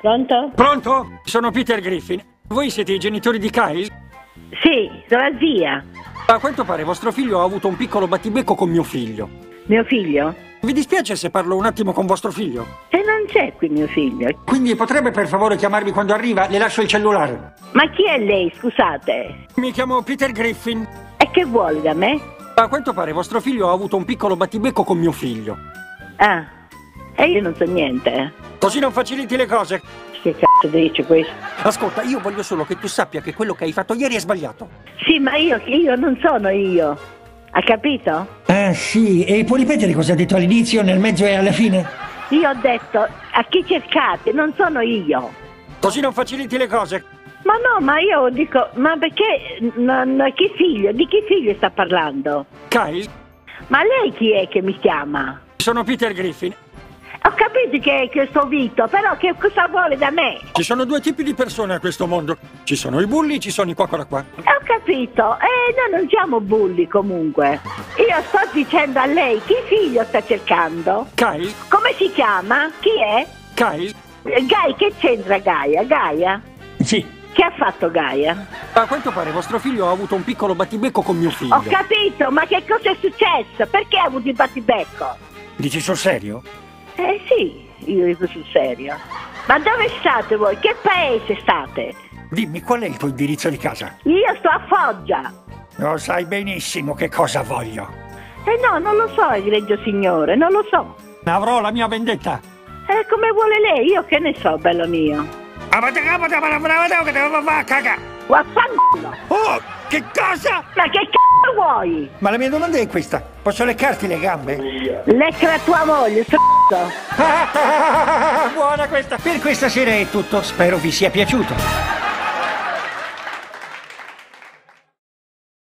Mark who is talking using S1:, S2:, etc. S1: Pronto?
S2: Pronto? Sono Peter Griffin. Voi siete i genitori di Kyle?
S1: Sì, sono la zia.
S2: A quanto pare vostro figlio ha avuto un piccolo battibecco con mio figlio.
S1: Mio figlio?
S2: Vi dispiace se parlo un attimo con vostro figlio?
S1: E non c'è qui mio figlio.
S2: Quindi potrebbe per favore chiamarmi quando arriva? Le lascio il cellulare.
S1: Ma chi è lei, scusate?
S2: Mi chiamo Peter Griffin.
S1: E che vuole da me?
S2: A quanto pare vostro figlio ha avuto un piccolo battibecco con mio figlio.
S1: Ah, e io non so niente.
S2: Così non faciliti le cose.
S1: Che cazzo dice questo?
S2: Ascolta, io voglio solo che tu sappia che quello che hai fatto ieri è sbagliato.
S1: Sì, ma io, io non sono io. Ha capito?
S2: Ah sì, e puoi ripetere cosa ha detto all'inizio, nel mezzo e alla fine?
S1: Io ho detto a chi cercate, non sono io.
S2: Così non faciliti le cose.
S1: Ma no, ma io dico, ma perché, non- chi figlio, di chi figlio sta parlando?
S2: Kyle,
S1: Ma lei chi è che mi chiama?
S2: sono Peter Griffin.
S1: Ho capito che, che sto Vito, però che cosa vuole da me?
S2: Ci sono due tipi di persone a questo mondo. Ci sono i bulli, ci sono i qua qua qua.
S1: Ho capito, eh, noi non siamo bulli comunque. Io sto dicendo a lei chi figlio sta cercando?
S2: Kyle,
S1: Come si chiama? Chi è?
S2: Kyle.
S1: Eh, Gai, che c'entra Gaia? Gaia?
S2: Sì.
S1: Che ha fatto Gaia?
S2: A quanto pare vostro figlio ha avuto un piccolo battibecco con mio
S1: Ho
S2: figlio.
S1: capito, ma che cosa è successo? Perché ha avuto il battibecco?
S2: Dici sul serio?
S1: Eh sì, io dico sul serio. Ma dove state voi? Che paese state?
S2: Dimmi qual è il tuo indirizzo di casa?
S1: Io sto a Foggia.
S2: Lo sai benissimo che cosa voglio.
S1: Eh no, non lo so, egregio signore, non lo so.
S2: Avrò la mia vendetta.
S1: Eh, come vuole lei, io che ne so, bello mio. Vaffanculo!
S2: Oh, che cosa?
S1: Ma che c***o vuoi?
S2: Ma la mia domanda è questa. Posso leccarti le gambe?
S1: Lecca la tua moglie, s***o.
S2: Buona questa. Per questa sera è tutto. Spero vi sia piaciuto.